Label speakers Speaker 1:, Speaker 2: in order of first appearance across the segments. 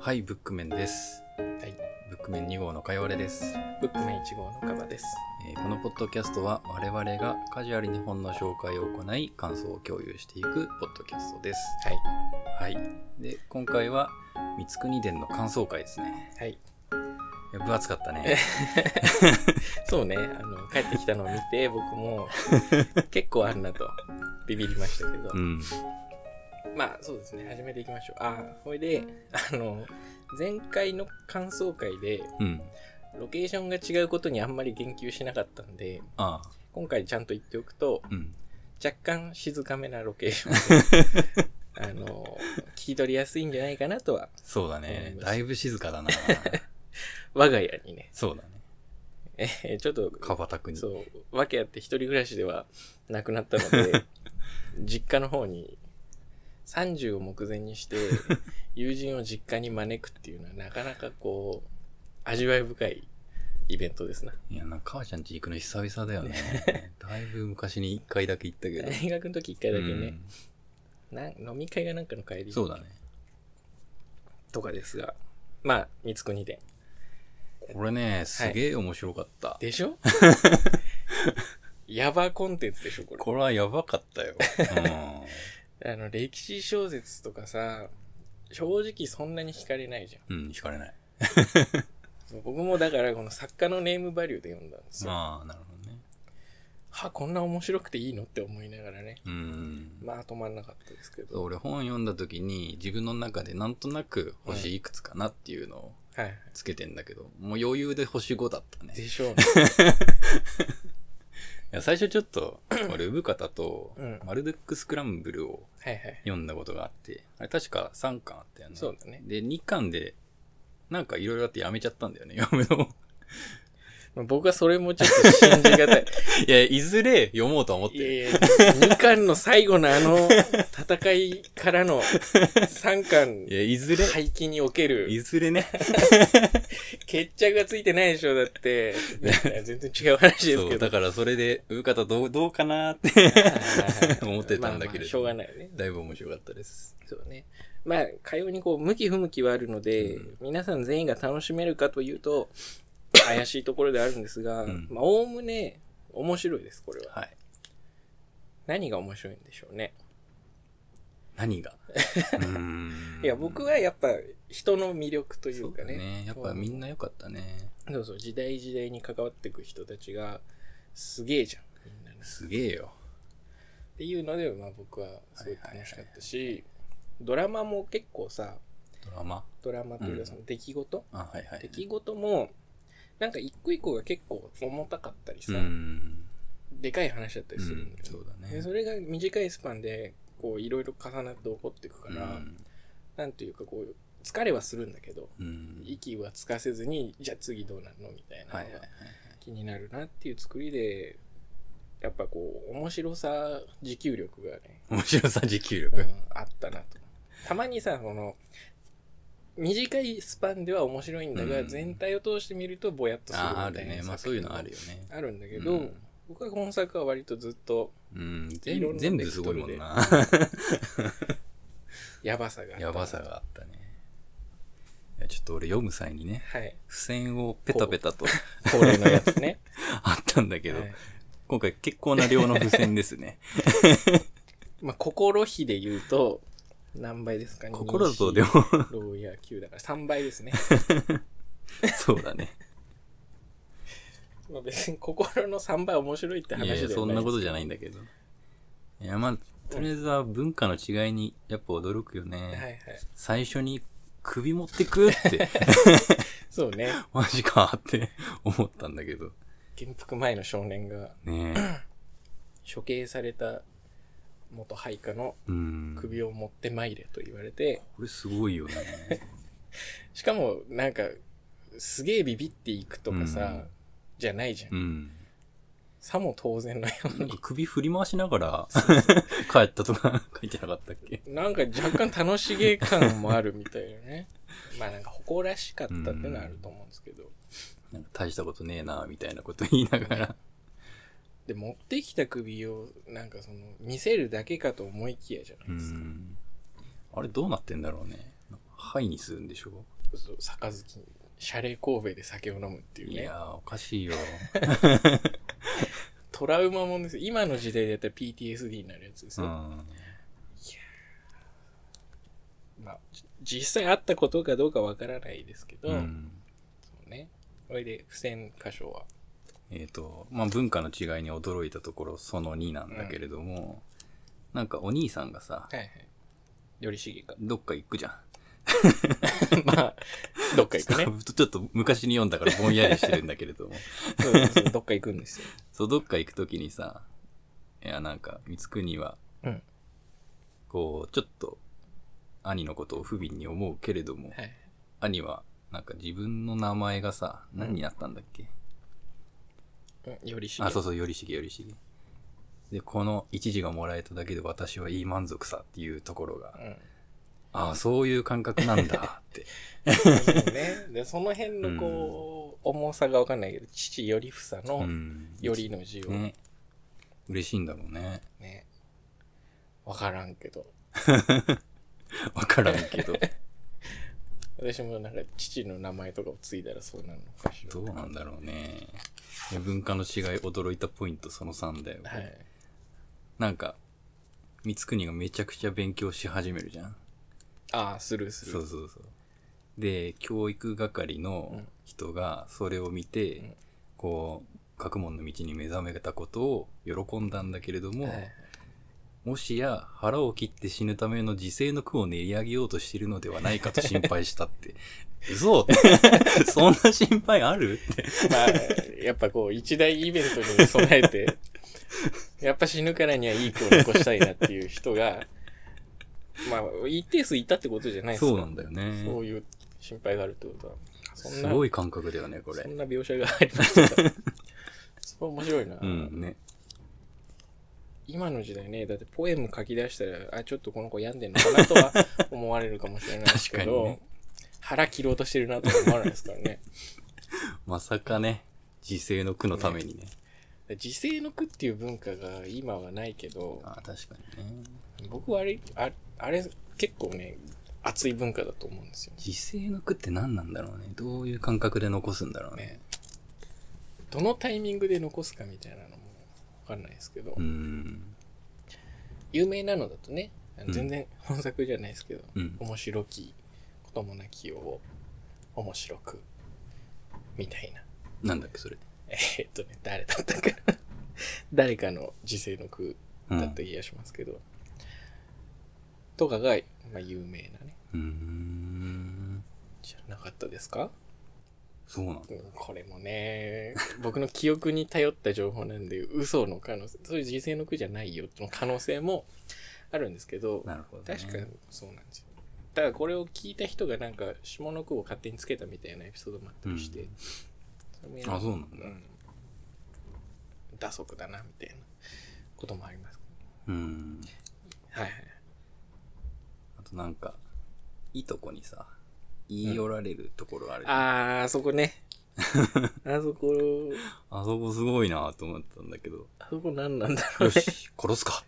Speaker 1: はい、ブックメンです。
Speaker 2: はい。
Speaker 1: ブックメン2号のかよわれです、
Speaker 2: ブックメン1号のカバです。
Speaker 1: えーこのポッドキャストは我々がカジュアルに本の紹介を行い、感想を共有していくポッドキャストです。
Speaker 2: はい。
Speaker 1: はい。で、今回は、三国伝の感想会ですね。
Speaker 2: はい。
Speaker 1: いや分厚かったね。
Speaker 2: そうね、あの、帰ってきたのを見 て、僕も結構あるなと、ビビりましたけど。
Speaker 1: うん。
Speaker 2: まあ、そうですね、始めていきましょう。あ、ほいで、あの、前回の感想会で、
Speaker 1: うん。
Speaker 2: ロケーションが違うことにあんまり言及しなかったんで、
Speaker 1: ああ、
Speaker 2: 今回ちゃんと言っておくと、
Speaker 1: うん。
Speaker 2: 若干静かめなロケーショ ンで、あの、聞き取りやすいんじゃないかなとは、
Speaker 1: そうだ
Speaker 2: 思い
Speaker 1: ね。
Speaker 2: ます
Speaker 1: だいぶ静かだ な。
Speaker 2: 我が家にね、
Speaker 1: そうだね。
Speaker 2: えーちょっと、
Speaker 1: かばたくに。
Speaker 2: そう、わけあって一人暮らしではなくなったの で、実家の方に、30を目前にして、友人を実家に招くっていうのは、なかなかこう、味わい深いイベントですな。
Speaker 1: いや、なんか母ちゃんち行くの久々だよね。だいぶ昔に一回だけ行ったけど。
Speaker 2: 大学の時一回だけね、な飲み会がなんかの帰
Speaker 1: うん
Speaker 2: り
Speaker 1: そうだね。
Speaker 2: とかですが、まあ、三つ国で。
Speaker 1: これね、すげえ面白かった。
Speaker 2: でしょ ヤバコンテンツでしょ、これ。
Speaker 1: これはやばかったよ。
Speaker 2: あの、歴史小説とかさ、正直そんなに惹かれないじゃん。
Speaker 1: うん。うん、惹かれない。
Speaker 2: 僕もだからこの作家のネームバリューで読んだんですよ。
Speaker 1: まあ、なるほどね。
Speaker 2: はこんな面白くていいのって思いながらね。
Speaker 1: うん。
Speaker 2: まあ止まんなかったです
Speaker 1: そ
Speaker 2: け
Speaker 1: う
Speaker 2: ど。
Speaker 1: 俺本読んだ時に自分の中でなんとなく星いくつかなっていうのを
Speaker 2: はいはい。
Speaker 1: つけてんだけど、もう余裕で星5だったね。い
Speaker 2: でしょうね。
Speaker 1: や最初ちょっ と、俺、産方と
Speaker 2: うん、
Speaker 1: マルドックスクランブルを
Speaker 2: はいはい。
Speaker 1: 読んだことがあって、あれ確か3巻あったよね。
Speaker 2: そうだね。
Speaker 1: で、2巻で、なんかいろいろあってやめちゃったんだよね、 読むのを。
Speaker 2: まあ僕はそれもちょっと信じが たい。
Speaker 1: いや、いずれ読もうと思って
Speaker 2: い
Speaker 1: る。
Speaker 2: やいや、2巻の最後のあの戦いからの3
Speaker 1: い
Speaker 2: 巻
Speaker 1: や、いずれ、
Speaker 2: 廃棄におけ
Speaker 1: い
Speaker 2: る
Speaker 1: ずれね、
Speaker 2: 決着がついてないでしょだって。いや全然違う話です
Speaker 1: そう
Speaker 2: けど。
Speaker 1: だからそれで「うかたどうどうかな」って
Speaker 2: はいはいはい
Speaker 1: 思ってたんだけれど
Speaker 2: まあまあしょうがないよね。
Speaker 1: だいぶ面白かったです
Speaker 2: そうね。まあ、かようにこう、向き不向きはあるので、
Speaker 1: うん
Speaker 2: 皆さん全員が楽しめるかというと、怪しいところであるんですが、
Speaker 1: うん
Speaker 2: まあ、おおむね、面白いです、これは。
Speaker 1: はい
Speaker 2: 何が面白いんでしょうね。
Speaker 1: 何がうーん
Speaker 2: いや、僕はやっぱ、人の魅力とい
Speaker 1: そうう
Speaker 2: か
Speaker 1: だ
Speaker 2: ね。
Speaker 1: ねやっぱみんな良かったね
Speaker 2: そうそう、時代時代に関わっていく人たちが、すげえじゃん、みんなね。
Speaker 1: すげえよ
Speaker 2: っていうので、まあ僕は、すごい楽しかったし、ドラマも結構さ、
Speaker 1: ドラマ
Speaker 2: ドラマというかその出来事、
Speaker 1: あはいはい
Speaker 2: 出来事も、なんか一個一個が結構重たかったり
Speaker 1: う
Speaker 2: さ、
Speaker 1: ーん
Speaker 2: でかい話だった
Speaker 1: う
Speaker 2: りするん
Speaker 1: ん
Speaker 2: だよ、
Speaker 1: そうだ
Speaker 2: で
Speaker 1: ね
Speaker 2: それが短いスパンで、こう、いろいろ重なって起こっていくから、
Speaker 1: うん
Speaker 2: なんというかこう、疲れはするんだけど、
Speaker 1: うん
Speaker 2: 息はつかせずに、じゃあ次どうなるのみたいな
Speaker 1: はい
Speaker 2: の
Speaker 1: はいは
Speaker 2: が
Speaker 1: い
Speaker 2: 気になるなっていう作りで、やっぱこう、面白さ、持久力がね、
Speaker 1: 面白さ持久
Speaker 2: うん
Speaker 1: 力
Speaker 2: あったなと。たまにさ、この、短いスパンでは面白いんだが、
Speaker 1: うん
Speaker 2: 全体を通してみるとぼやっとする
Speaker 1: あ
Speaker 2: みたいな
Speaker 1: ああるねまあそういうのあるよね
Speaker 2: あるんだけど、
Speaker 1: うん
Speaker 2: 僕は本作は割とずっと
Speaker 1: うん
Speaker 2: いろん
Speaker 1: 全
Speaker 2: な
Speaker 1: 全部すごいもんな
Speaker 2: やばさがあった
Speaker 1: やばさがあったねいやちょっと俺読む際にね
Speaker 2: はい
Speaker 1: 付箋をペタペタと
Speaker 2: 恒例のやつね
Speaker 1: あったんだけど
Speaker 2: はい
Speaker 1: 今回結構な量の付箋です ね。
Speaker 2: まあ心比で言うと何倍ですかね
Speaker 1: 心とでも、
Speaker 2: ロイヤー級だから3倍ですね
Speaker 1: そうだね。
Speaker 2: まあ別に心の3倍面白いって話
Speaker 1: い
Speaker 2: で
Speaker 1: や
Speaker 2: はいない
Speaker 1: や、そんなことじゃないん
Speaker 2: だ
Speaker 1: だけど。いや、まあ、とりあえずは文化の違いにやっぱ驚くよね。
Speaker 2: はいはい
Speaker 1: 最初に首持ってく って、
Speaker 2: そうね
Speaker 1: マジかって思ったんだけど。
Speaker 2: 元服前の少年が
Speaker 1: ね え。
Speaker 2: 処刑された元配下の
Speaker 1: うん。
Speaker 2: 首を持ってまいれと言われて、
Speaker 1: これすごいよ ね。
Speaker 2: しかもなんかすげえビビっていくとかさ、
Speaker 1: うん
Speaker 2: じゃないじゃん、
Speaker 1: うん。
Speaker 2: さも当然のよう
Speaker 1: なん
Speaker 2: に
Speaker 1: か首振り回しながら 帰ったとか書いてなかったっけ
Speaker 2: なんか若干楽しげ感もあるみたいなね。まあなんか誇らしかったっていうのはあると思うんですけど。
Speaker 1: なんか大したことねえな、みたいなこと言いながら。
Speaker 2: で、持ってきた首をなんかその見せるだけかと思いきやじゃな
Speaker 1: う
Speaker 2: いですか。
Speaker 1: ん。あれどうなってんだろうね。なんか肺にするんでしょ
Speaker 2: そう杯に、シャレ神戸で酒を飲むっていう
Speaker 1: い
Speaker 2: ね
Speaker 1: や。ー、おか しいよ。
Speaker 2: トラウマもんですよ今の時代でやったら PTSD になるやつです
Speaker 1: う
Speaker 2: よ。
Speaker 1: ん。
Speaker 2: まあ、じ実際あったことかどうかわからないですけど、
Speaker 1: うん。
Speaker 2: そうね。それで、付箋箇所は。
Speaker 1: えっ、と、まあ、文化の違いに驚いたところ、その2なんだけれども、なんかお兄さんがさ、。
Speaker 2: はいはい。よりしげか
Speaker 1: どっか行くじゃん。
Speaker 2: まあ、どっか行くね。
Speaker 1: ちょっと昔に読んだからぼんやりしてるんだけれど も。
Speaker 2: そうそうそうどっか行くんですよ。
Speaker 1: そう、どっか行くときにさ、いや、なんか、光圀は、
Speaker 2: うん
Speaker 1: こう、ちょっと、兄のことを不憫に思うけれども、
Speaker 2: はい。
Speaker 1: 兄は、なんか自分の名前がさ、何になったんだっけ、
Speaker 2: うんよりしげ。
Speaker 1: あ、そうそう、よりしげよりしげ。で、この一字がもらえただけで私はいい満足さっていうところが、
Speaker 2: うん。
Speaker 1: ああ、そういう感覚なんだ って。
Speaker 2: そうね。で、その辺のこう、重さがわかんないけど、父よりふさ
Speaker 1: う
Speaker 2: の
Speaker 1: ん。
Speaker 2: よりの字を
Speaker 1: ね。嬉しいんだろうね。
Speaker 2: ね、わからんけど。
Speaker 1: わからんけ ど。
Speaker 2: 私もなんか父の名前とかを継いだらそうなるのかしら。
Speaker 1: どうなんだろうね。文化の違い驚いたポイントその3だよ。
Speaker 2: はい。
Speaker 1: なんか、光圀がめちゃくちゃ勉強し始めるじゃん。
Speaker 2: ああ、するす
Speaker 1: そう
Speaker 2: る。
Speaker 1: そうそう。で、教育係の人がそれを見て、
Speaker 2: うん
Speaker 1: こう、学問の道に目覚めたことを喜んだんだけれども、
Speaker 2: はい
Speaker 1: もしや腹を切って死ぬための自制の苦を練り上げようとしているのではないかと心配した って。嘘そんな心配あるって。
Speaker 2: まあ、やっぱこう、一大イベントに備えて、 やっぱ死ぬからにはいい子を残したいなっていう人が、まあ、一定数いたってことじゃないですか。
Speaker 1: そうなんだよね。
Speaker 2: そういう心配があるってことは。そん
Speaker 1: す
Speaker 2: な、
Speaker 1: ごい感覚だよね、こ
Speaker 2: そ
Speaker 1: れ
Speaker 2: ん。な描写がありま した。それ面白いな。
Speaker 1: うん、ね。
Speaker 2: 今の時代ね、だってポエム書き出したら、あ、ちょっとこの子病んでんのかなとは思われるかもしれないですけ
Speaker 1: 確か
Speaker 2: ど、
Speaker 1: にね
Speaker 2: 腹切ろうとしてるなとは思わないですからね。
Speaker 1: まさかね、自制の苦のためにね。
Speaker 2: 自制の句っていう文化が今はないけど、
Speaker 1: ああ、確かにね。
Speaker 2: 僕はあれ、ああれ結構ね、熱い文化だと思うんですよ
Speaker 1: 自制の苦って何なんだろうね。どういう感覚で残すんだろうね。
Speaker 2: ね。どのタイミングで残すかみたいなのもわかんないですけど、
Speaker 1: うーん。
Speaker 2: 有名なのだとね、あ
Speaker 1: う
Speaker 2: の
Speaker 1: ん
Speaker 2: 全然本作じゃないですけど、
Speaker 1: うん。
Speaker 2: 面白き子供なきよを面白く、みたいな。
Speaker 1: なんだっけ、それ。
Speaker 2: えーっとね、誰だったか な。誰かの時世の句
Speaker 1: う
Speaker 2: だっ
Speaker 1: ん
Speaker 2: た。気がしますけど、とかが、まあ、有名なね、
Speaker 1: うーん。
Speaker 2: じゃなかったですか
Speaker 1: そうなんだ。
Speaker 2: うんこれもね、僕の記憶に頼った情報なんで、嘘の可能性、そういう時世の句じゃないよの可能性もあるんですけど、
Speaker 1: なるほど、ね。
Speaker 2: 確かにそうなんですよ。だからこれを聞いた人がなんか、下の句を勝手につけたみたいなエピソードもあったりして、
Speaker 1: うん
Speaker 2: それもやる
Speaker 1: あそうなんだ
Speaker 2: ん、打足だな、みたいなこともあります。
Speaker 1: うん。
Speaker 2: はいはい。
Speaker 1: あとなんか、いとこにさ、言い寄られるところある、あ
Speaker 2: あー、あそ こね。あそこ、
Speaker 1: そこすごいなと思ったんだ けど。
Speaker 2: あそこ何なんだろう
Speaker 1: よ
Speaker 2: ね。
Speaker 1: し、殺す か。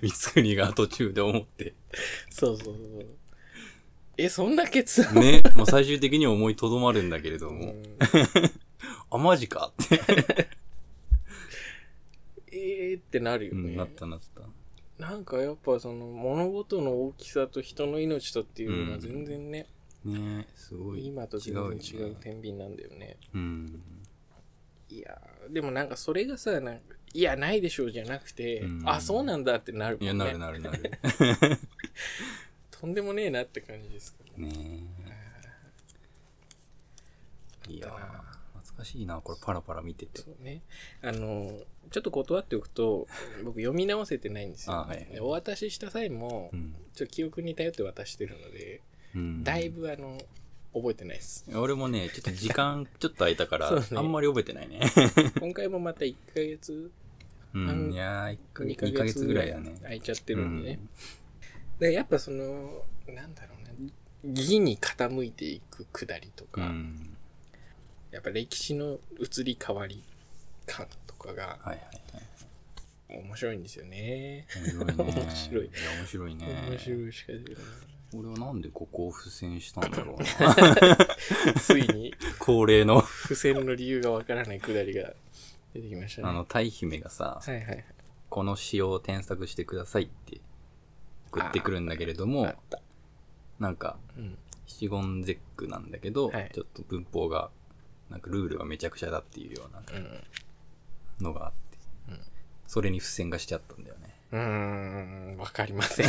Speaker 1: 光圀が途中で思って。
Speaker 2: そうそうそう。え、そんな決断
Speaker 1: ね、まあ、最終的には思いとどまるんだけれども、
Speaker 2: うん
Speaker 1: あ、マジかって、
Speaker 2: えーってなるよ
Speaker 1: うん
Speaker 2: ね。
Speaker 1: なったなった。
Speaker 2: なんかやっぱその物事の大きさと人の命とっていう
Speaker 1: う
Speaker 2: のが
Speaker 1: ん
Speaker 2: 全然ね、
Speaker 1: ねすごい。
Speaker 2: 今と全然違
Speaker 1: よ
Speaker 2: う
Speaker 1: ね
Speaker 2: 天秤なんだよね。
Speaker 1: うん。
Speaker 2: いやーでもなんかそれがさ、なんかいや、ないでしょうじゃなくて、
Speaker 1: うん
Speaker 2: あ、そうなんだってなるもん
Speaker 1: い
Speaker 2: ね。
Speaker 1: や、なるなる なる。
Speaker 2: とんでもねえなって感じですけどね。
Speaker 1: ねいやー懐かしいな、これパラパラ見てて
Speaker 2: そ。うね。あの、ちょっと断っておくと、僕読み直せてないんですよ。
Speaker 1: あはい
Speaker 2: でお渡しした際も
Speaker 1: う、ん。
Speaker 2: ちょっと記憶に頼って渡してるので、
Speaker 1: うん、
Speaker 2: だいぶあの、覚えてない です。
Speaker 1: 俺もね、ちょっと時 間ちょっと空いたから、
Speaker 2: そうね
Speaker 1: あんまり覚えてないね。
Speaker 2: 今回もまた1ヶ月、
Speaker 1: うん、いやー、1ヶ
Speaker 2: 2
Speaker 1: 月
Speaker 2: ヶ
Speaker 1: 2ヶ月
Speaker 2: 月
Speaker 1: ぐ
Speaker 2: ぐ
Speaker 1: ら
Speaker 2: ら
Speaker 1: い
Speaker 2: い
Speaker 1: だね。
Speaker 2: 空いちゃってるんでね。でやっぱその、なんだろうな、義に傾いていくくだりと
Speaker 1: う
Speaker 2: か、
Speaker 1: ん。うん
Speaker 2: やっぱ歴史の移り変わり感とかが
Speaker 1: はいはいはい。
Speaker 2: 面白いんですよね。
Speaker 1: 面白いね。
Speaker 2: 面白い
Speaker 1: や面白いね。
Speaker 2: 面白いしか出てこない。
Speaker 1: 俺はなんでここを付箋したんだろうな。
Speaker 2: ついに、
Speaker 1: 恒例の、
Speaker 2: 付箋の理由がわからないくだりが出てきましたね。
Speaker 1: あの、タイ姫がさ、
Speaker 2: はいはいはい。
Speaker 1: この詩を添削してくださいって送ってくるんだけれど
Speaker 2: あ
Speaker 1: も
Speaker 2: っ、た。
Speaker 1: なんか、
Speaker 2: うん。
Speaker 1: 七言絶句なんだけど、
Speaker 2: はい
Speaker 1: ちょっと文法が、なんかルールがめちゃくちゃだっていうような
Speaker 2: うん。
Speaker 1: のがあって、
Speaker 2: うん
Speaker 1: それに付箋がしちゃったんだよね。
Speaker 2: うーん、わかりません。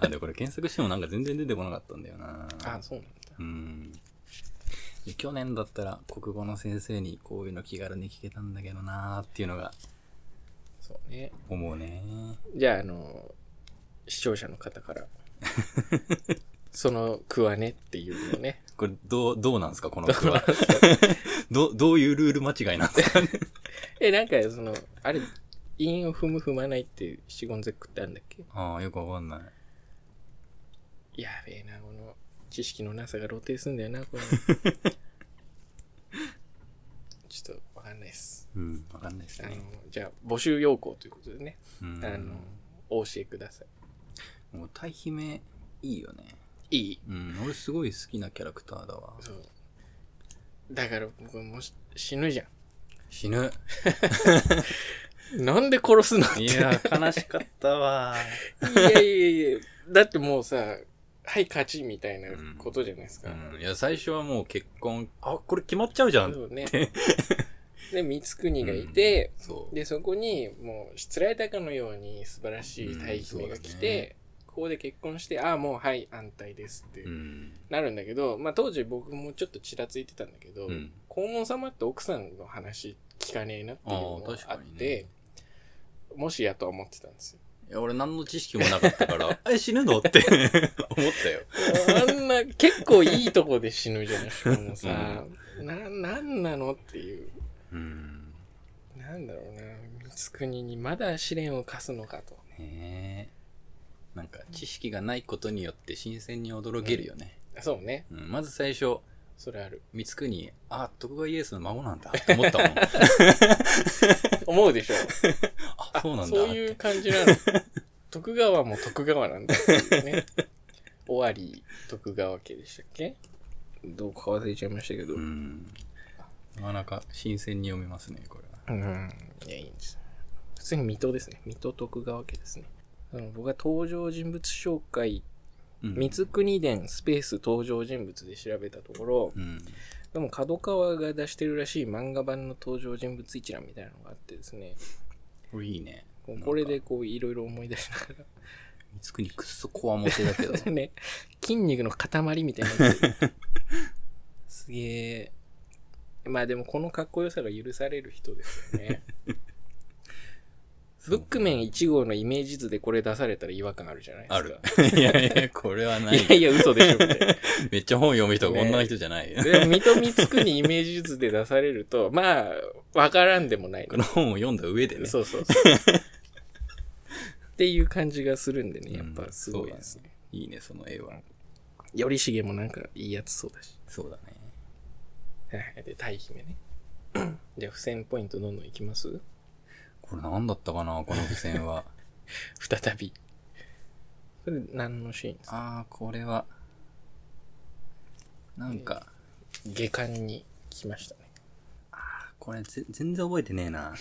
Speaker 1: あ、でもこれ検索してもなんか全然出てこなかったんだよな。
Speaker 2: あ、そうなんだ。
Speaker 1: うん。で去年だったら国語の先生にこういうの気軽に聞けたんだけどなーっていうのが
Speaker 2: そうね。
Speaker 1: 思うね。
Speaker 2: じゃあ、あの、視聴者の 方から、その句はねっていうのをね、
Speaker 1: これどう、どうなんですかこの句は。ど、どういうルール間違いなんです かね
Speaker 2: え、なんか、その、あれ、韻を踏む踏まないっていう七言絶句ってあるんだっけ
Speaker 1: ああ、よくわかんない。
Speaker 2: やべえな、この知識のなさが露呈すんだよな、これ。 ちょっとわかんないです。
Speaker 1: うん、わかんないです
Speaker 2: あの
Speaker 1: ね。、
Speaker 2: じゃあ、募集要項ということでね、
Speaker 1: うん
Speaker 2: あの、お教えくださ
Speaker 1: もう、対姫、いいよね。
Speaker 2: い。いい
Speaker 1: うん、俺すごい好きなキャラクターだわ。
Speaker 2: そう。だから僕もし死ぬじゃ
Speaker 1: 死ぬ。
Speaker 2: ん。なんで殺すのって。
Speaker 1: い
Speaker 2: い
Speaker 1: や
Speaker 2: や、
Speaker 1: ー、悲しかったわ。
Speaker 2: いやいやいや、だってもうさ、はい、勝ちみたいなことじゃないですか。
Speaker 1: うん、いや、最初はもう結婚、あ、これ決まっちゃうじゃん。
Speaker 2: そう ね。で、光圀がいて、
Speaker 1: そう。
Speaker 2: でそこにもうしつらえたかのように素晴らしい大姫が
Speaker 1: う
Speaker 2: 来
Speaker 1: んそうだ
Speaker 2: て、ここで結婚してああもうはい安泰ですって
Speaker 1: うん。
Speaker 2: なるんだけど、まあ、当時僕もちょっとちらついてたんだけど、
Speaker 1: うん。
Speaker 2: 黄門様って奥さんの話聞かねえなっていうの
Speaker 1: ああ
Speaker 2: が
Speaker 1: 確
Speaker 2: あ
Speaker 1: か
Speaker 2: っ
Speaker 1: に
Speaker 2: て
Speaker 1: ね、
Speaker 2: もしやとは思ってたんですよ
Speaker 1: いや、俺何の知識もなかったから、 え、死ぬのって思ったよ。
Speaker 2: あんな結構いいとこで死ぬじゃないしかもさ、ななんなのっていう
Speaker 1: うん。
Speaker 2: なんだろうな光圀にまだ試練を課すのかと
Speaker 1: ねえ。なんか、知識がないことによって新鮮に驚けるよね。
Speaker 2: あそうね
Speaker 1: うん、まず最初、
Speaker 2: それある
Speaker 1: 光圀、あ、徳川家康の孫なんだって思った もん。
Speaker 2: 思うでしょ
Speaker 1: あ、そうなんだ
Speaker 2: そ
Speaker 1: っ
Speaker 2: う
Speaker 1: て。
Speaker 2: いう感じなの。徳川も徳川なんだっていうね。尾張徳川家でしたっけどうか忘れちゃいましたけど。
Speaker 1: う
Speaker 2: うん。
Speaker 1: ん。なかなか新鮮に読めますね、これは。
Speaker 2: いや、いいんです。普通に水戸ですね。水戸徳川家ですね。あの僕が登場人物紹介、
Speaker 1: うん
Speaker 2: 三国伝スペース登場人物で調べたところ、
Speaker 1: うん。
Speaker 2: でも角川が出してるらしい漫画版の登場人物一覧みたいなのがあってですね、
Speaker 1: これいいね。
Speaker 2: もうこれでこういろいろ思い出しながら
Speaker 1: 光圀くっそこわもてだけど。
Speaker 2: ね、筋肉の塊みたいになってる。すげえ。まあでもこのかっこよさが許される人ですよ ね。ブックメン1号のイメージ図でこれ出されたら違和感あるじゃないですか。
Speaker 1: ある。 いやいや、これはないい。
Speaker 2: やいや、嘘でしょ、みたいな。
Speaker 1: めっちゃ本読む人が
Speaker 2: ね
Speaker 1: こんな人じゃない。
Speaker 2: で、水戸光圀イメージ図で出されると、 まあ、わからんでもな い
Speaker 1: この本を読んだ上でね。
Speaker 2: そうそうそう。っていう感じがするんでね、やっぱすごいですね。
Speaker 1: いいね、その絵は。
Speaker 2: 頼重もなんかいいやつそうだし。
Speaker 1: そうだね。
Speaker 2: はいで、大姫ね。 じゃあ、付箋ポイントどんどんいきます
Speaker 1: これ何だったかな、この付箋は。
Speaker 2: 再び。それ、何のシーンですか
Speaker 1: あー、これは。なんか、
Speaker 2: 下巻に来ましたね。
Speaker 1: これぜ全然覚えてねえ な。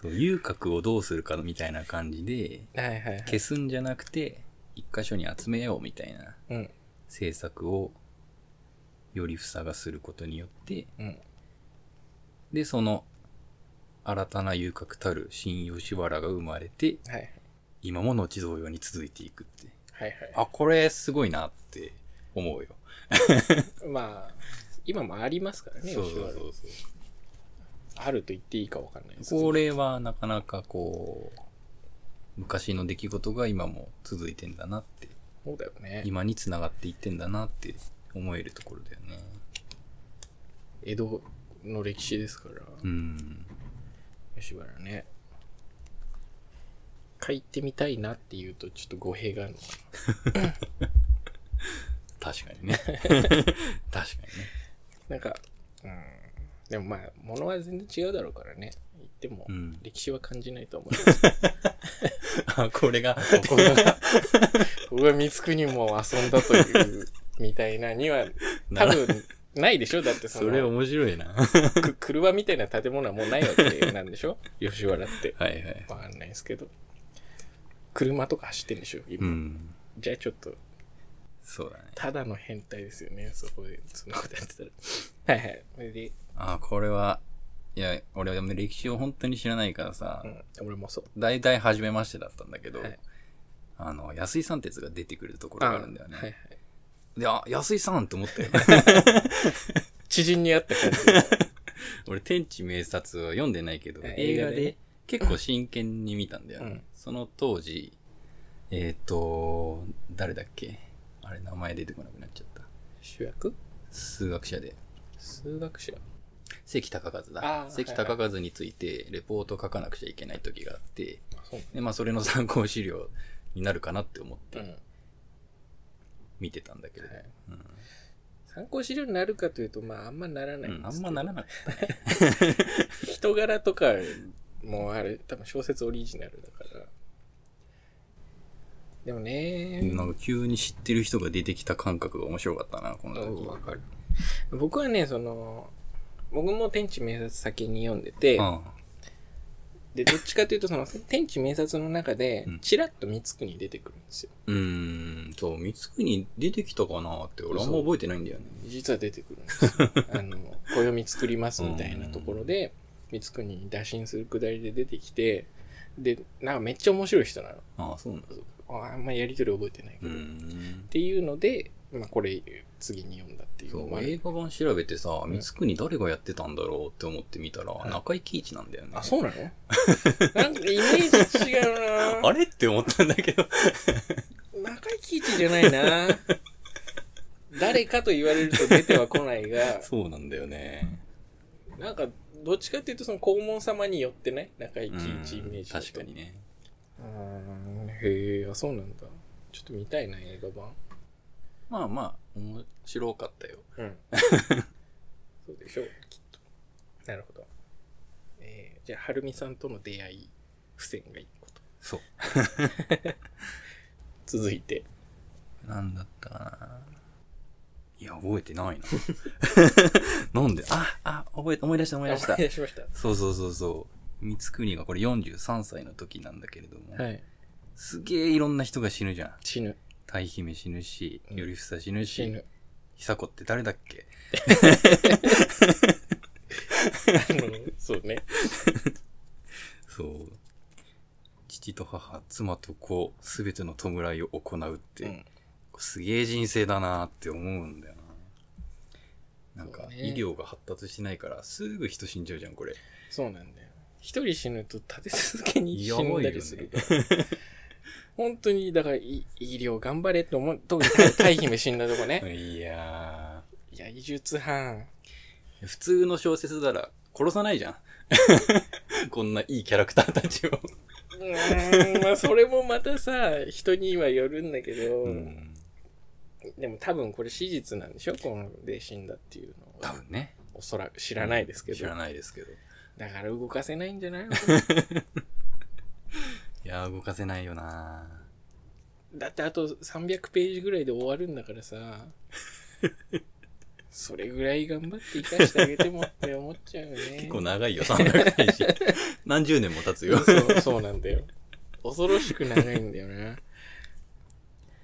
Speaker 1: そう、遊郭をどうするかみたいな感じで、
Speaker 2: はいはいはい。
Speaker 1: 消すんじゃなくて、一箇所に集めようみたいな
Speaker 2: うん。
Speaker 1: 政策を、よりふさがすることによって、
Speaker 2: うん。
Speaker 1: で、その、新たな遊郭たる新吉原が生まれて、
Speaker 2: はいはい。
Speaker 1: 今も後同様に続いていくって。
Speaker 2: はいはい。
Speaker 1: あ、これすごいなって思うよ。
Speaker 2: まあ、今もありますからね、吉原
Speaker 1: うそう。
Speaker 2: あると言っていいかわかんないですけど。
Speaker 1: これはなかなかこう、昔の出来事が今も続いてんだなって、
Speaker 2: そうだよね。
Speaker 1: 今に繋がっていってんだなって思えるところだよね。
Speaker 2: 江戸の歴史ですから、
Speaker 1: うん。
Speaker 2: 吉原ね。書いてみたいなっていうと、ちょっと語弊があるのかな。
Speaker 1: 確かにね。 確かにね。
Speaker 2: なんか、うん。でもまあ、物は全然違うだろうからね。一っても
Speaker 1: う、ん。
Speaker 2: 歴史は感じないと思います。
Speaker 1: あ、これが、
Speaker 2: これが、これが光国も遊んだという、みたいなには、多
Speaker 1: な
Speaker 2: 分、ないでしょだってそ
Speaker 1: それ
Speaker 2: の、
Speaker 1: 面白いな。
Speaker 2: く車みたいな建物はもうないわけなん でしょ吉原って。
Speaker 1: はいはい。
Speaker 2: わかんないですけど。車とか走ってんでしょ
Speaker 1: う
Speaker 2: 今。
Speaker 1: ん。
Speaker 2: じゃあちょっと、
Speaker 1: そうだね。
Speaker 2: ただの変態ですよね。そこで、そんなことやってたら。はいはい。それで、
Speaker 1: あ、これは、いや、俺はでも歴史を本当に知らないからさ
Speaker 2: う、ん、俺もそう。
Speaker 1: 大体初めましてだったんだけど、
Speaker 2: はい
Speaker 1: あの、安井さんってやつが出てくるところがあるんだよね。
Speaker 2: はいはい。
Speaker 1: で、あ、安井さんって思ったよね。
Speaker 2: 知人に会った感じ。
Speaker 1: 俺、天地明察は読んでないけど、
Speaker 2: え
Speaker 1: 映画
Speaker 2: 映画
Speaker 1: で
Speaker 2: で
Speaker 1: 結構真剣に見たんだよ、ね
Speaker 2: うん
Speaker 1: その当時、えっ、と、誰だっけあれ、名前出てこなくなっちゃった。
Speaker 2: 主役
Speaker 1: 数学者で、
Speaker 2: 数学者
Speaker 1: 関高和
Speaker 2: あ
Speaker 1: だ。
Speaker 2: ー
Speaker 1: 関高和について、レポート書かなくちゃいけない時があって、
Speaker 2: あ、そう
Speaker 1: で、まあ、それの参考資料になるかなって思って
Speaker 2: なの、うん、
Speaker 1: 見てたんだけれど、
Speaker 2: はい
Speaker 1: うん
Speaker 2: 参考資料になるかというと、まあ、あんまならない
Speaker 1: うんあんまならなかっ
Speaker 2: 人柄とかもあれ、多分小説オリジナルだから。でもね
Speaker 1: た。なんか急に知ってる人が出てきた感覚が面白かったな、この
Speaker 2: うん
Speaker 1: 時。
Speaker 2: わかる。僕はね、その、僕も天地明察先に読んでて、
Speaker 1: うん。
Speaker 2: で、どっちかというと、その、天地明察の中で
Speaker 1: うん、
Speaker 2: ちらっと三つ国出てくるんですよ。
Speaker 1: うーん、そう、三つ国出てきたかなって俺あんま覚えてないんだよね。
Speaker 2: 実は出てくるんですよ あの暦作りますみたいなところで光圀に打診するくだりで出てきてでなんかめっちゃ面白い人なの
Speaker 1: ああ、そうなんだ。
Speaker 2: ああんまやり取り覚えてないけ
Speaker 1: う
Speaker 2: ど、
Speaker 1: ー
Speaker 2: っ
Speaker 1: ん。
Speaker 2: ていうので、まあ、これ次に読んだっていう
Speaker 1: そ
Speaker 2: のもあ
Speaker 1: う、
Speaker 2: る
Speaker 1: 映画版調べてさ、
Speaker 2: ん
Speaker 1: 三つ国誰がやってたんだろうって思ってみたら、
Speaker 2: はい
Speaker 1: 中井貴一なんだよね。
Speaker 2: あ そうなのなんかイメージ違うな
Speaker 1: あれって思ったんだけど。
Speaker 2: 中井貴一じゃないな誰かと言われると出ては来ないが
Speaker 1: そうなんだよね。
Speaker 2: なんかどっちかっていうとその黄門様によってね中井貴一イメージだと
Speaker 1: 確かにね。
Speaker 2: うーんへえ、あ、そうなんだ。ちょっと見たいな、映画版。
Speaker 1: まあまあ、面白かったよ。
Speaker 2: うん。そうでしょう、きっと。なるほど。えー、じゃあ、はるみさんとの出会い、付箋が一個と。
Speaker 1: そう。
Speaker 2: 続いて。
Speaker 1: なんだったかないや、覚えてない な。なんで、あ、あ、覚えた、思い出した思い出した
Speaker 2: あ。出しました。
Speaker 1: そうそうそうそう。三国がこれ43歳の時なんだけれども、
Speaker 2: はい。
Speaker 1: すげえいろんな人が死ぬじゃん。
Speaker 2: 死ぬ。
Speaker 1: 大姫死ぬし、
Speaker 2: うん
Speaker 1: 頼房死ぬ
Speaker 2: 死
Speaker 1: し、
Speaker 2: ぬ。
Speaker 1: 久子って誰だっけ
Speaker 2: あ の、そうね。
Speaker 1: そう。父と母、妻と子、すべての弔いを行うって、
Speaker 2: うん
Speaker 1: すげえ人生だなーって思うんだよな。なん
Speaker 2: そ
Speaker 1: か、
Speaker 2: うね
Speaker 1: 医療が発達してないから、すぐ人死んじゃうじゃん、これ。
Speaker 2: そうなんだよ。一人死ぬと立て続けに死
Speaker 1: やば
Speaker 2: ん
Speaker 1: いよ
Speaker 2: だ
Speaker 1: ね
Speaker 2: りするから。本当に、だから、い 医療頑張れって思う。特に大大姫死んだとこね。
Speaker 1: いや
Speaker 2: いや、医術犯。
Speaker 1: ー。普通の小説なら、殺さないじゃん。 こんないいキャラクターたちを。
Speaker 2: うーんまあそれもまたさ人にはよるんだけど、
Speaker 1: うん。
Speaker 2: でも多分これ史実なんでしょこので死んだっていうの
Speaker 1: 多
Speaker 2: は
Speaker 1: 分ね。
Speaker 2: おそらく知らないですけ
Speaker 1: 知
Speaker 2: ど
Speaker 1: らないですけど。
Speaker 2: だから動かせないんじゃないの
Speaker 1: いやー、動かせないよなー。
Speaker 2: だってあと300ページぐらいで終わるんだか らさそれぐらい頑張って生かしてあげてもって思っちゃうよね
Speaker 1: 結構長いよ、300ページ。 何十年も経つよ。
Speaker 2: そうそうなんだよ恐ろしく長いんだ よな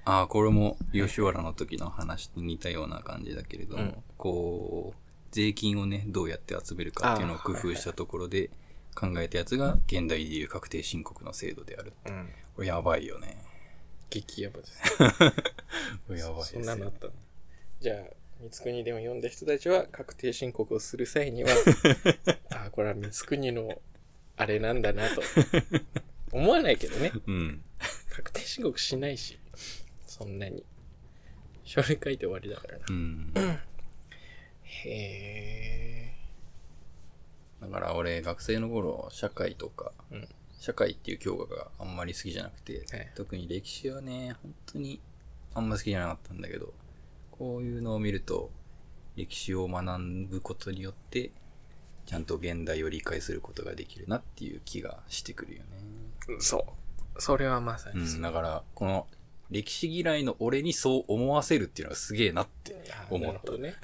Speaker 1: ああ、これも吉原の時の話と似たような感じだけれども、
Speaker 2: うん
Speaker 1: こう、税金をね、どうやって集めるかっていうのを工夫したところで考えたやつが、現代でいう確定申告の制度である。
Speaker 2: うん
Speaker 1: これやばいよね。
Speaker 2: 激ヤバです
Speaker 1: これやばいです
Speaker 2: そ
Speaker 1: よ
Speaker 2: んなのあったのじゃあ光圀でも読んだ人たちは確定申告をする 際にはああこれは光圀のあれなんだ なと思わないけどね
Speaker 1: うん。
Speaker 2: 確定申告しないしそんなに書類書いて終わりだからな
Speaker 1: うん。
Speaker 2: へえ
Speaker 1: だから俺、学生の頃、社会とか、
Speaker 2: うん
Speaker 1: 社会っていう教科があんまり好きじゃなくて、
Speaker 2: はい
Speaker 1: 特に歴史はね、本当にあんま好きじゃなかったんだけど、こういうのを見ると、歴史を学ぶことによって、ちゃんと現代を理解することができるなっていう気がしてくるよね。
Speaker 2: そう。それはまさ
Speaker 1: う
Speaker 2: にそ
Speaker 1: ん、だから、この歴史嫌いの俺にそう思わせるっていうのがすげえなって。
Speaker 2: あー
Speaker 1: 思った
Speaker 2: なるほど ね。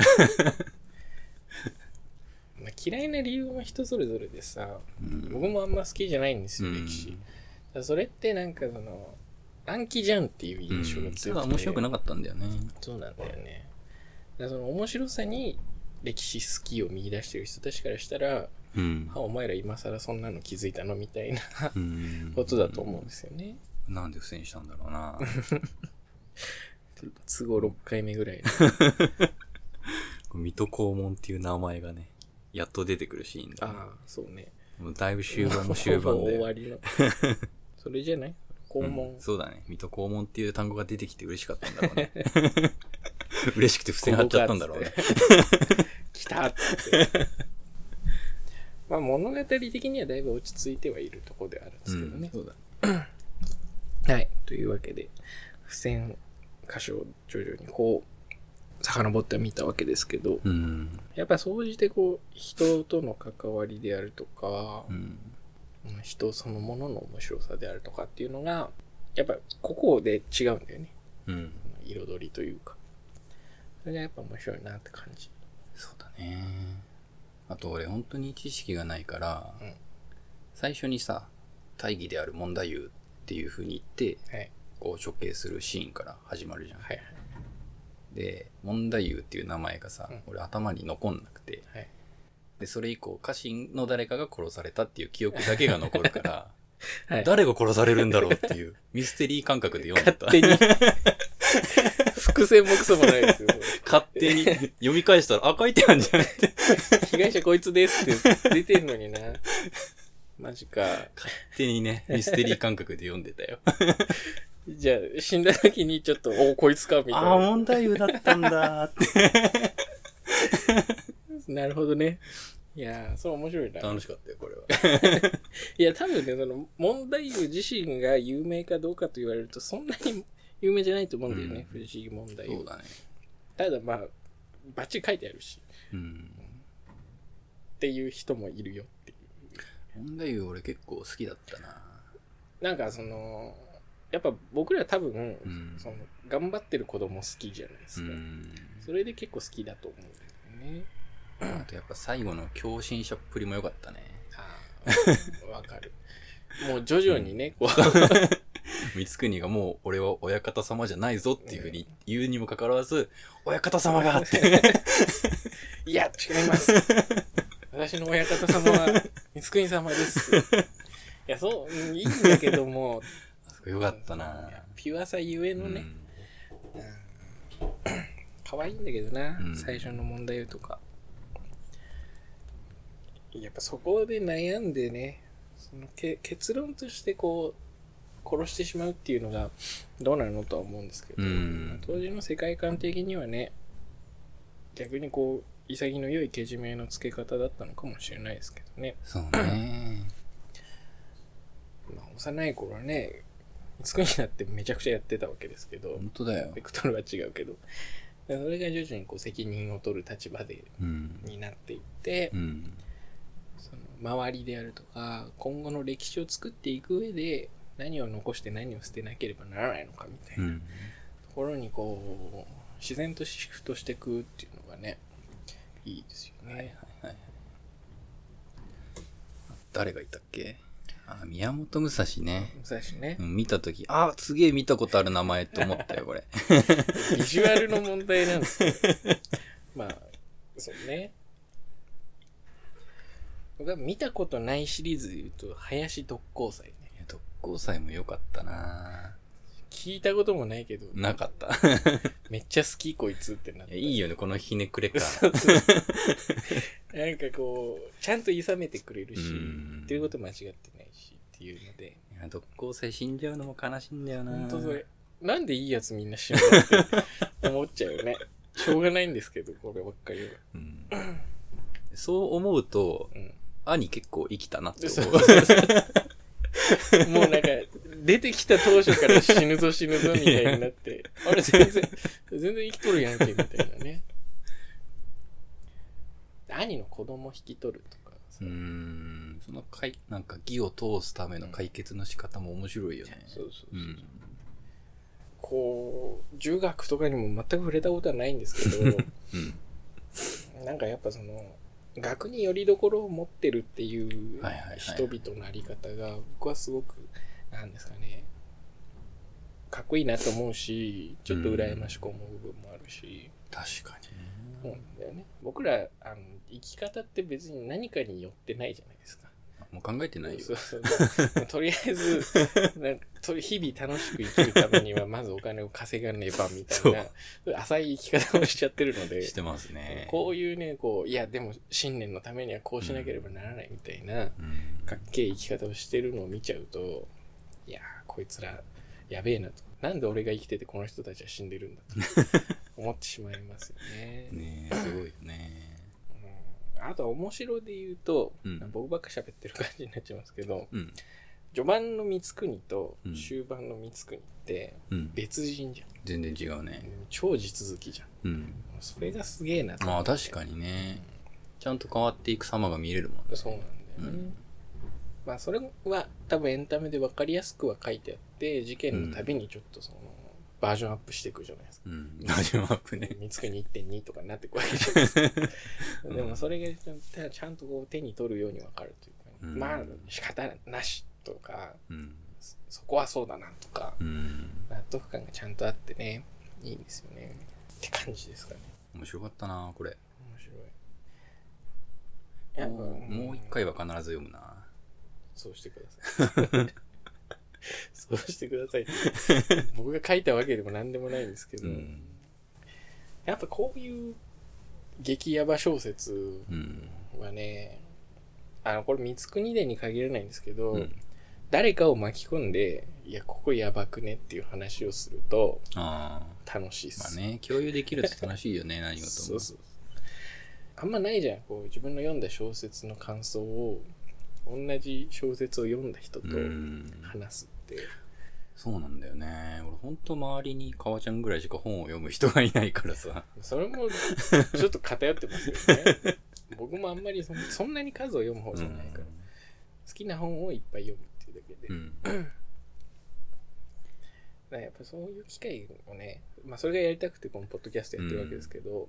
Speaker 2: まあ嫌いな理由は人それぞれでさ、
Speaker 1: うん。
Speaker 2: 僕もあんま好きじゃないんですよ、
Speaker 1: うん
Speaker 2: 歴史。だからそれってなんかその、暗記じゃんっていう
Speaker 1: うん、
Speaker 2: 印象が強くて。
Speaker 1: それが面白くなかったんだよね。
Speaker 2: そうなんだよね。だからその面白さに歴史好きを見出してる人たちからしたら、
Speaker 1: うん
Speaker 2: あ、。お前ら今更そんなの気づいたのみたいな
Speaker 1: うん
Speaker 2: ことだと思うんですよね。
Speaker 1: なんで不戦したんだろうな。
Speaker 2: 都合6回目ぐらいの。
Speaker 1: 水戸黄門っていう名前がね、やっと出てくるシーンだ、ね。
Speaker 2: ああ、そうね。
Speaker 1: もうだいぶ終盤も終盤
Speaker 2: ほぼ 終わ
Speaker 1: で。
Speaker 2: りの。それじゃない肛門
Speaker 1: うん。そうだね。水戸黄門っていう単語が出てきて嬉しかったんだろう ね。 嬉しくて付箋貼っちゃったんだろうね。
Speaker 2: 来たっつ って。まあ物語的にはだいぶ落ち着いてはいるところではあるんですけどね。
Speaker 1: そうだ。
Speaker 2: はい。というわけで、付箋箇所を徐々にこう、遡ってみたわけですけど、
Speaker 1: うん。
Speaker 2: やっぱ総じてこう、人との関わりであるとか
Speaker 1: う、ん。
Speaker 2: うん人そのものの面白さであるとかっていうのが、やっぱここで違うんだよね。
Speaker 1: うん。
Speaker 2: 彩りというか。それがやっぱ面白いなって感じ。
Speaker 1: そうだね。あと俺本当に知識がないから、
Speaker 2: うん
Speaker 1: 最初にさ、大義である問題言うっていう風に言って、
Speaker 2: はい。
Speaker 1: こう処刑するシーンから始まるじゃん。
Speaker 2: はい
Speaker 1: で、問題言うっていう名前がさ、
Speaker 2: うん
Speaker 1: 俺頭に残んなくて、
Speaker 2: はい。はい。
Speaker 1: で、それ以降、家臣の誰かが殺されたっていう記憶だけが残るから、
Speaker 2: はい
Speaker 1: 誰が殺されるんだろうっていうミステリー感覚で読んでた。
Speaker 2: 勝手に。伏線もクソもないですよ。
Speaker 1: 勝手に読み返したら、あ、書いてあるんじゃないって。
Speaker 2: 被害者こいつですって出てんのにな。マジか。
Speaker 1: 勝手にね、ミステリー感覚で読んでたよ。
Speaker 2: じゃあ、死んだ時にちょっと、おこいつか、みたい
Speaker 1: ああ、
Speaker 2: な。
Speaker 1: 問題言うだったんだーって。
Speaker 2: なるほどね。いやー、それ面白いな。
Speaker 1: 楽しかったよ、これは。
Speaker 2: いや、多分ね、その、問題優自身が有名かどうかと言われると、そんなに有名じゃないと思うんだよね、不思議問題
Speaker 1: そう
Speaker 2: を。
Speaker 1: だね。
Speaker 2: ただ、まあ、バッチリ書いてあるし、
Speaker 1: うん。
Speaker 2: っていう人もいるよってい
Speaker 1: 問題言う俺結構好きだったな。
Speaker 2: う。なんか、その、やっぱ僕ら多分、
Speaker 1: うん。
Speaker 2: その、頑張ってる子供好きじゃないです
Speaker 1: う
Speaker 2: か。
Speaker 1: ん。
Speaker 2: それで結構好きだと思うんだよ ね。
Speaker 1: あとやっぱ最後の狂信者っぷりも良かったね。
Speaker 2: ああ、わかる。もう徐々にね、こ
Speaker 1: 光圀がもう俺は親方様じゃないぞっていうふうに言うにもかかわらず、親方様がって。
Speaker 2: う、 いや、違います。私の親方様は、三國様です。いや、そううん、いいんだけ ども、
Speaker 1: よかったな
Speaker 2: ピュアさゆえのね、可愛いんだけどな、
Speaker 1: うん
Speaker 2: 最初の問題とか。やっぱそこで悩んでね、そのけ結論としてこう、殺してしまうっていうのがどうなのとは思うんですけど、
Speaker 1: うん
Speaker 2: 当時の世界観的にはね、逆にこう、潔の良いけじめのつけ方だったのかもしれないですけどね。
Speaker 1: そうね。
Speaker 2: まあ、幼い頃はね、光圀だってめちゃくちゃやってたわけですけど、
Speaker 1: 本当だよ。
Speaker 2: ベクトルは違うけど。でそれが徐々にこう責任を取る立場で、
Speaker 1: うん。
Speaker 2: になっていって
Speaker 1: う、ん。
Speaker 2: その周りであるとか、今後の歴史を作っていく上で、何を残して何を捨てなければならないのかみたいうなと
Speaker 1: ん。
Speaker 2: ころにこう、自然とシフトしていくっていうのがね、いいですよね。
Speaker 1: 誰がいたっけあ、宮本武蔵ね。
Speaker 2: 武蔵ね
Speaker 1: う、ん見たとき、あ、すげえ見たことある名前って思った よ、これ。
Speaker 2: ビジュアルの問題なんですけど、 まあ、そうね。僕は見たことないシリーズで言うと、林特攻祭ね。
Speaker 1: いや特攻祭も良かったな
Speaker 2: 聞いたこともないけど、
Speaker 1: なか った。
Speaker 2: めっちゃ好きこいつってなっ
Speaker 1: い
Speaker 2: た。
Speaker 1: やいいよね、このひねくれ感。
Speaker 2: なんかこう、ちゃんと諌めてくれるし
Speaker 1: うん、
Speaker 2: っていうこと間違ってないしっていうので、
Speaker 1: いや特攻祭死んじゃうのも悲しいんだよな
Speaker 2: ほんとそれ、なんでいいやつみんな死ぬのって思っちゃう よね。しょうがないんですけど、こればっかりは。
Speaker 1: うんそう思うと、
Speaker 2: うん。
Speaker 1: 兄結構生きたなって
Speaker 2: そう
Speaker 1: 思う。
Speaker 2: もうなんか、出てきた当初から死ぬぞ死ぬぞみたいに なって、あれ全然、全然生きと るやんけみたいなね。兄の子供引き取るとか、
Speaker 1: うーんそのかいなんか義を通すための解決の仕方も面白いよね。
Speaker 2: そうそうそうう、
Speaker 1: ん。
Speaker 2: こう儒学とかにも全く触れたことはないんですけ ど
Speaker 1: うん。
Speaker 2: なんかやっぱその学によりどころを持ってるっていう
Speaker 1: はいはいはい
Speaker 2: 人々のあり方が僕はすごくなんですかねかっこいいなと思うしちょっと羨ましく思う部分もあるし、
Speaker 1: 確か
Speaker 2: そ
Speaker 1: に
Speaker 2: うな
Speaker 1: ね。
Speaker 2: んだよね僕らあの生き方って別に何かによってないじゃないですか。
Speaker 1: もう考えてないよ
Speaker 2: そ。うそうそうとりあ えずなんかと日々楽しく生きるためにはまずお金を稼がねばみたいな浅い生き方をしちゃってるので
Speaker 1: してますね。
Speaker 2: こういうねこういやでも信念のためにはこうしなければならないみたい
Speaker 1: う
Speaker 2: な
Speaker 1: ん
Speaker 2: かっけえ生き方をしてるのを見ちゃうといやーこいつらやべえなとなんで俺が生きててこの人たちは死んでるんだ と思ってしまいますよね。
Speaker 1: ねえ、すごいよね。
Speaker 2: うんあとは面白で言うと、
Speaker 1: うん
Speaker 2: 僕ばっか喋ってる感じになっちゃいますけど
Speaker 1: うん。
Speaker 2: 序盤の光圀と
Speaker 1: うん
Speaker 2: 終盤の光圀って
Speaker 1: うん。
Speaker 2: 別人じゃん、
Speaker 1: 全然違うね。
Speaker 2: 超地続きじゃん
Speaker 1: うん。
Speaker 2: それがすげえなと
Speaker 1: ま
Speaker 2: 思
Speaker 1: あ
Speaker 2: って
Speaker 1: 確かにね。ちゃんと変わっていく様が見れるもんね。
Speaker 2: そうなんだよね、
Speaker 1: うん
Speaker 2: まあそれは多分エンタメで分かりやすくは書いてあって事件のたびにちょっとそのバージョンアップしていくじゃないですか
Speaker 1: うん。ラジオアップね。
Speaker 2: 光圀1.2とかになってくわけじゃないですかでもそれがちゃんとこう手に取るように分かるというか、
Speaker 1: うん
Speaker 2: まあ仕方なしとか
Speaker 1: うん。
Speaker 2: そそこはそうだなとか
Speaker 1: うん。
Speaker 2: 納得感がちゃんとあってねいいんですよねって感じですかね
Speaker 1: 面白かったな、これ。
Speaker 2: 面白いやっぱ
Speaker 1: もうんもう一回は必ず読むな。
Speaker 2: そうしてくださいそうしてくださいって僕が書いたわけでも何でもないんですけど、
Speaker 1: うん。
Speaker 2: やっぱこういう激ヤバ小説
Speaker 1: うん。
Speaker 2: はねあのこれ光圀伝に限らないんですけど、
Speaker 1: うん
Speaker 2: 誰かを巻き込んでいやここやばくねっていう話をすると
Speaker 1: ああ。
Speaker 2: 楽しいっす
Speaker 1: まあね、共有できるって楽しいよ ね、何事も。
Speaker 2: そうそうあんまないじゃんこう自分の読んだ小説の感想を同じ小説を読んだ人と
Speaker 1: うん。
Speaker 2: 話すって、
Speaker 1: そうなんだよね。俺ほんと周りに革ちゃんぐらいしか本を読む人がいないからさ。
Speaker 2: そ れもちょっと偏ってますよね僕もあんまりそんそんなに数を読む方じゃないから、好きな本をいっぱい読むっていうだ
Speaker 1: う
Speaker 2: けで、だか
Speaker 1: ん。
Speaker 2: らやっぱそういう機会をね、まあ、それがやりたくてこのポッドキャストやってるわけですけど、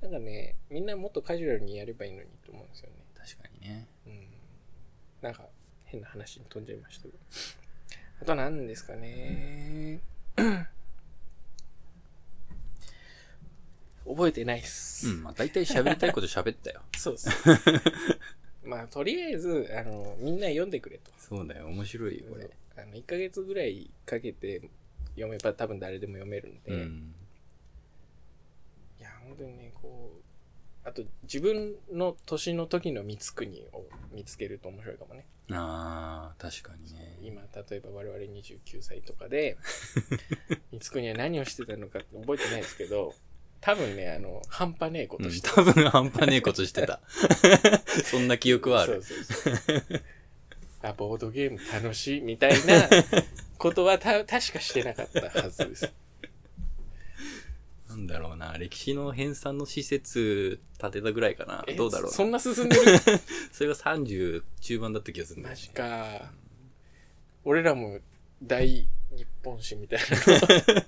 Speaker 2: なんかねみんなもっとカジュアルにやればいいのにと思うんですよね
Speaker 1: 確かにね。
Speaker 2: うんなんか変な話に飛んじゃいましたけど。あと何ですかね。覚えてないっす。
Speaker 1: うん、まあ大体喋りたいこと喋ったよ。
Speaker 2: そうっ す。まあとりあえずあのみんな読んでくれと。
Speaker 1: そうだよ、面白いよ、これ。
Speaker 2: あの1ヶ月ぐらいかけて読めば多分誰でも読めるんで、
Speaker 1: うん。
Speaker 2: いや本当にねこうあと自分の年の時の光圀を見つけると面白いかもね。
Speaker 1: ああ、確かにね。
Speaker 2: 今例えば我々29歳とか で光圀は何をしてたのかって覚えてないですけど多分ねあの半端ねえこ
Speaker 1: う
Speaker 2: と
Speaker 1: ん、
Speaker 2: した、
Speaker 1: 多分半端ねえことして た。そんな記憶はある。
Speaker 2: そうそうそうあボードゲーム楽しいみたいなことはた確かしてなかったはずです
Speaker 1: なんだろうな、歴史の編纂の施設建てたぐらいかな。
Speaker 2: え
Speaker 1: どうだろうな
Speaker 2: そんな進んでる
Speaker 1: それが30中盤だった気がするんだよ
Speaker 2: マ
Speaker 1: ね
Speaker 2: ジか俺らも大日本史みたいなの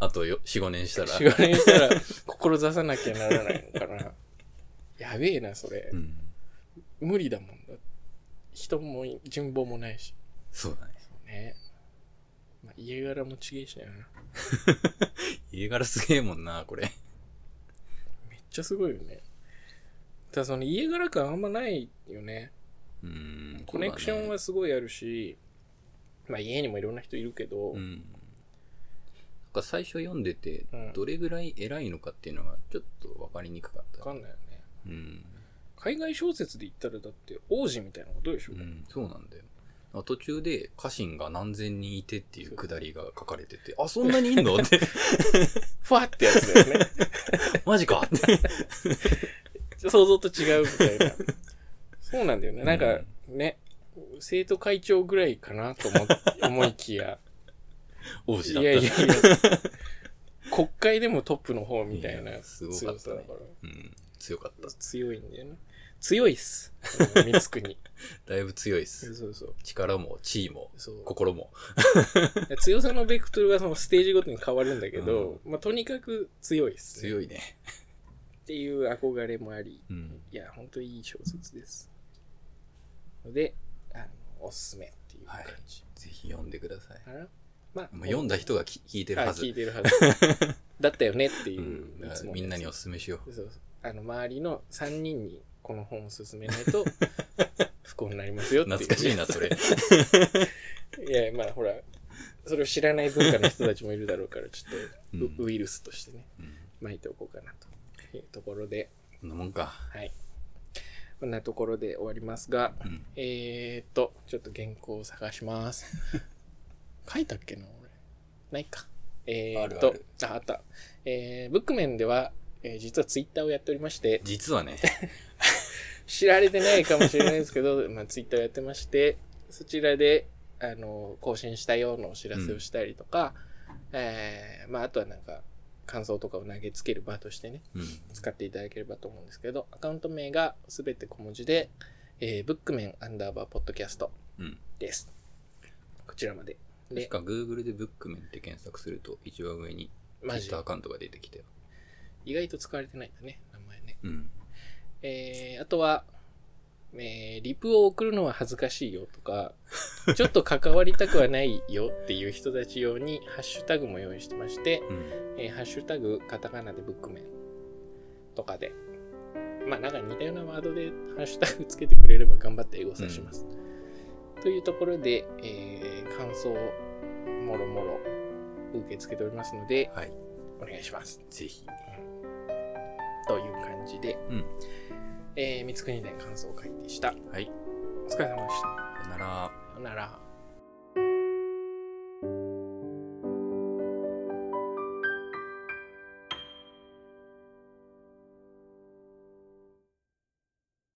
Speaker 1: あとよ4、5年したら。
Speaker 2: 仕事にしたら志さなきゃならないのかなやべえなそれ、
Speaker 1: うん。
Speaker 2: 無理だもんだ人もい人望もないし
Speaker 1: そうだね。
Speaker 2: ね、まあ、家柄もちげえしなめ
Speaker 1: 家柄すげえもんな、これ。
Speaker 2: っちゃすごいよねただその家柄感あんまないよね
Speaker 1: うん。
Speaker 2: コネクションはすごいあるし、まあ家にもいろんな人いるけど、
Speaker 1: うん。なんか最初読んでて
Speaker 2: うん、
Speaker 1: どれぐらい偉いのかっていうのがちょっと分かりにくかっ
Speaker 2: 分
Speaker 1: た。
Speaker 2: かんないよね
Speaker 1: うん。
Speaker 2: 海外小説で言ったらだって王子みたいなことでしょ、
Speaker 1: うん、そうなんだよ。あ途中で家臣が何千人いてっていうくだりが書かれてて、あ、そんなにいん のって、
Speaker 2: ふわってやつだ よね
Speaker 1: マジかって。
Speaker 2: 想像と違うみたいなそうなんだよねなんかね生徒会長ぐらいかなと思っ思いきや
Speaker 1: 王子だっ
Speaker 2: い
Speaker 1: た
Speaker 2: や
Speaker 1: ら
Speaker 2: いやいや。 国会でもトップの方みたい
Speaker 1: い
Speaker 2: な
Speaker 1: やすごかったね
Speaker 2: 強さだから
Speaker 1: うん、強かった。
Speaker 2: 強いんだよね。強いっす。うん光 国。
Speaker 1: だいぶ強いで
Speaker 2: そ
Speaker 1: す。
Speaker 2: うそうそう。
Speaker 1: 力も、地位も、
Speaker 2: そう
Speaker 1: 心も。
Speaker 2: 強さのベクトルはそのステージごとに変わるんだけど、まあ、とにかく強いっすね、
Speaker 1: 強いね。
Speaker 2: っていう憧れもあり、
Speaker 1: うん。
Speaker 2: いや、本当にいい小説です。ので、あの、おすすめっていう感じ
Speaker 1: ぜひ読んでください。
Speaker 2: かな。まあ、
Speaker 1: まあ、読んだ人がき聞いてるは
Speaker 2: あ
Speaker 1: ず。
Speaker 2: 聞いてるはず。 だったよねっていうう、
Speaker 1: ん。
Speaker 2: い
Speaker 1: だか
Speaker 2: つ
Speaker 1: ら
Speaker 2: もの
Speaker 1: み
Speaker 2: やつ
Speaker 1: んなにお勧めしよう。
Speaker 2: そうそうあの、周りの3人にこの本を勧めないと 不幸になりますよっていう。
Speaker 1: 懐かしいな、それ。
Speaker 2: いや、まあほら、それを知らない文化の人たちもいるだろうから、ちょっとウ,、
Speaker 1: うん
Speaker 2: イルスとしてね、
Speaker 1: うん
Speaker 2: 巻いておこうかなというところで、
Speaker 1: こんなもんか。
Speaker 2: はい。こんなところで終わりますが、
Speaker 1: うん。
Speaker 2: えーっと、ちょっと原稿を探 します。書いたっけな、俺。ないか。えーっと、
Speaker 1: ある
Speaker 2: ああった。えー、ブックメンでは、えー実はツイッターをやっておりまして、
Speaker 1: 実はね、
Speaker 2: 知られてないかもしれないですけど、 まあ、ツイッターをやってまして、そちらで、あの、更新したようなお知らせをしたりとか、えーまあ、あとはなんか、感想とかを投げつける場としてね、
Speaker 1: うん。
Speaker 2: 使っていただければと思うんですけど、アカウント名がすべて小文字で、えー、ブックメンアンダーバーポッドキャスト
Speaker 1: うん。
Speaker 2: です。こちらまで。
Speaker 1: 確
Speaker 2: で、
Speaker 1: か Google でブックメンって検索すると一番上に
Speaker 2: マジ
Speaker 1: Twitter アカウントが出てきたよ。
Speaker 2: 意外と使われてないんだね、名前ね。
Speaker 1: うん。
Speaker 2: えー、あとは、えー、リプを送るのは恥ずかしいよとか、ちょっと関わりたくはないよっていう人たち用に、ハッシュタグも用意してまして、
Speaker 1: うん。
Speaker 2: えーハッシュタグ、カタカナでブックメンとかで、まあなんか似たようなワードでハッシュタグつけてくれれば頑張ってエゴサします。というところで、えー感想もろもろ受け付けておりますので、
Speaker 1: はい。
Speaker 2: お願いします。
Speaker 1: ぜひ。
Speaker 2: という感じで、
Speaker 1: うん
Speaker 2: えー、三国伝感想会でした。
Speaker 1: はい。
Speaker 2: お疲れ様でした。
Speaker 1: さよなら。
Speaker 2: さよなら。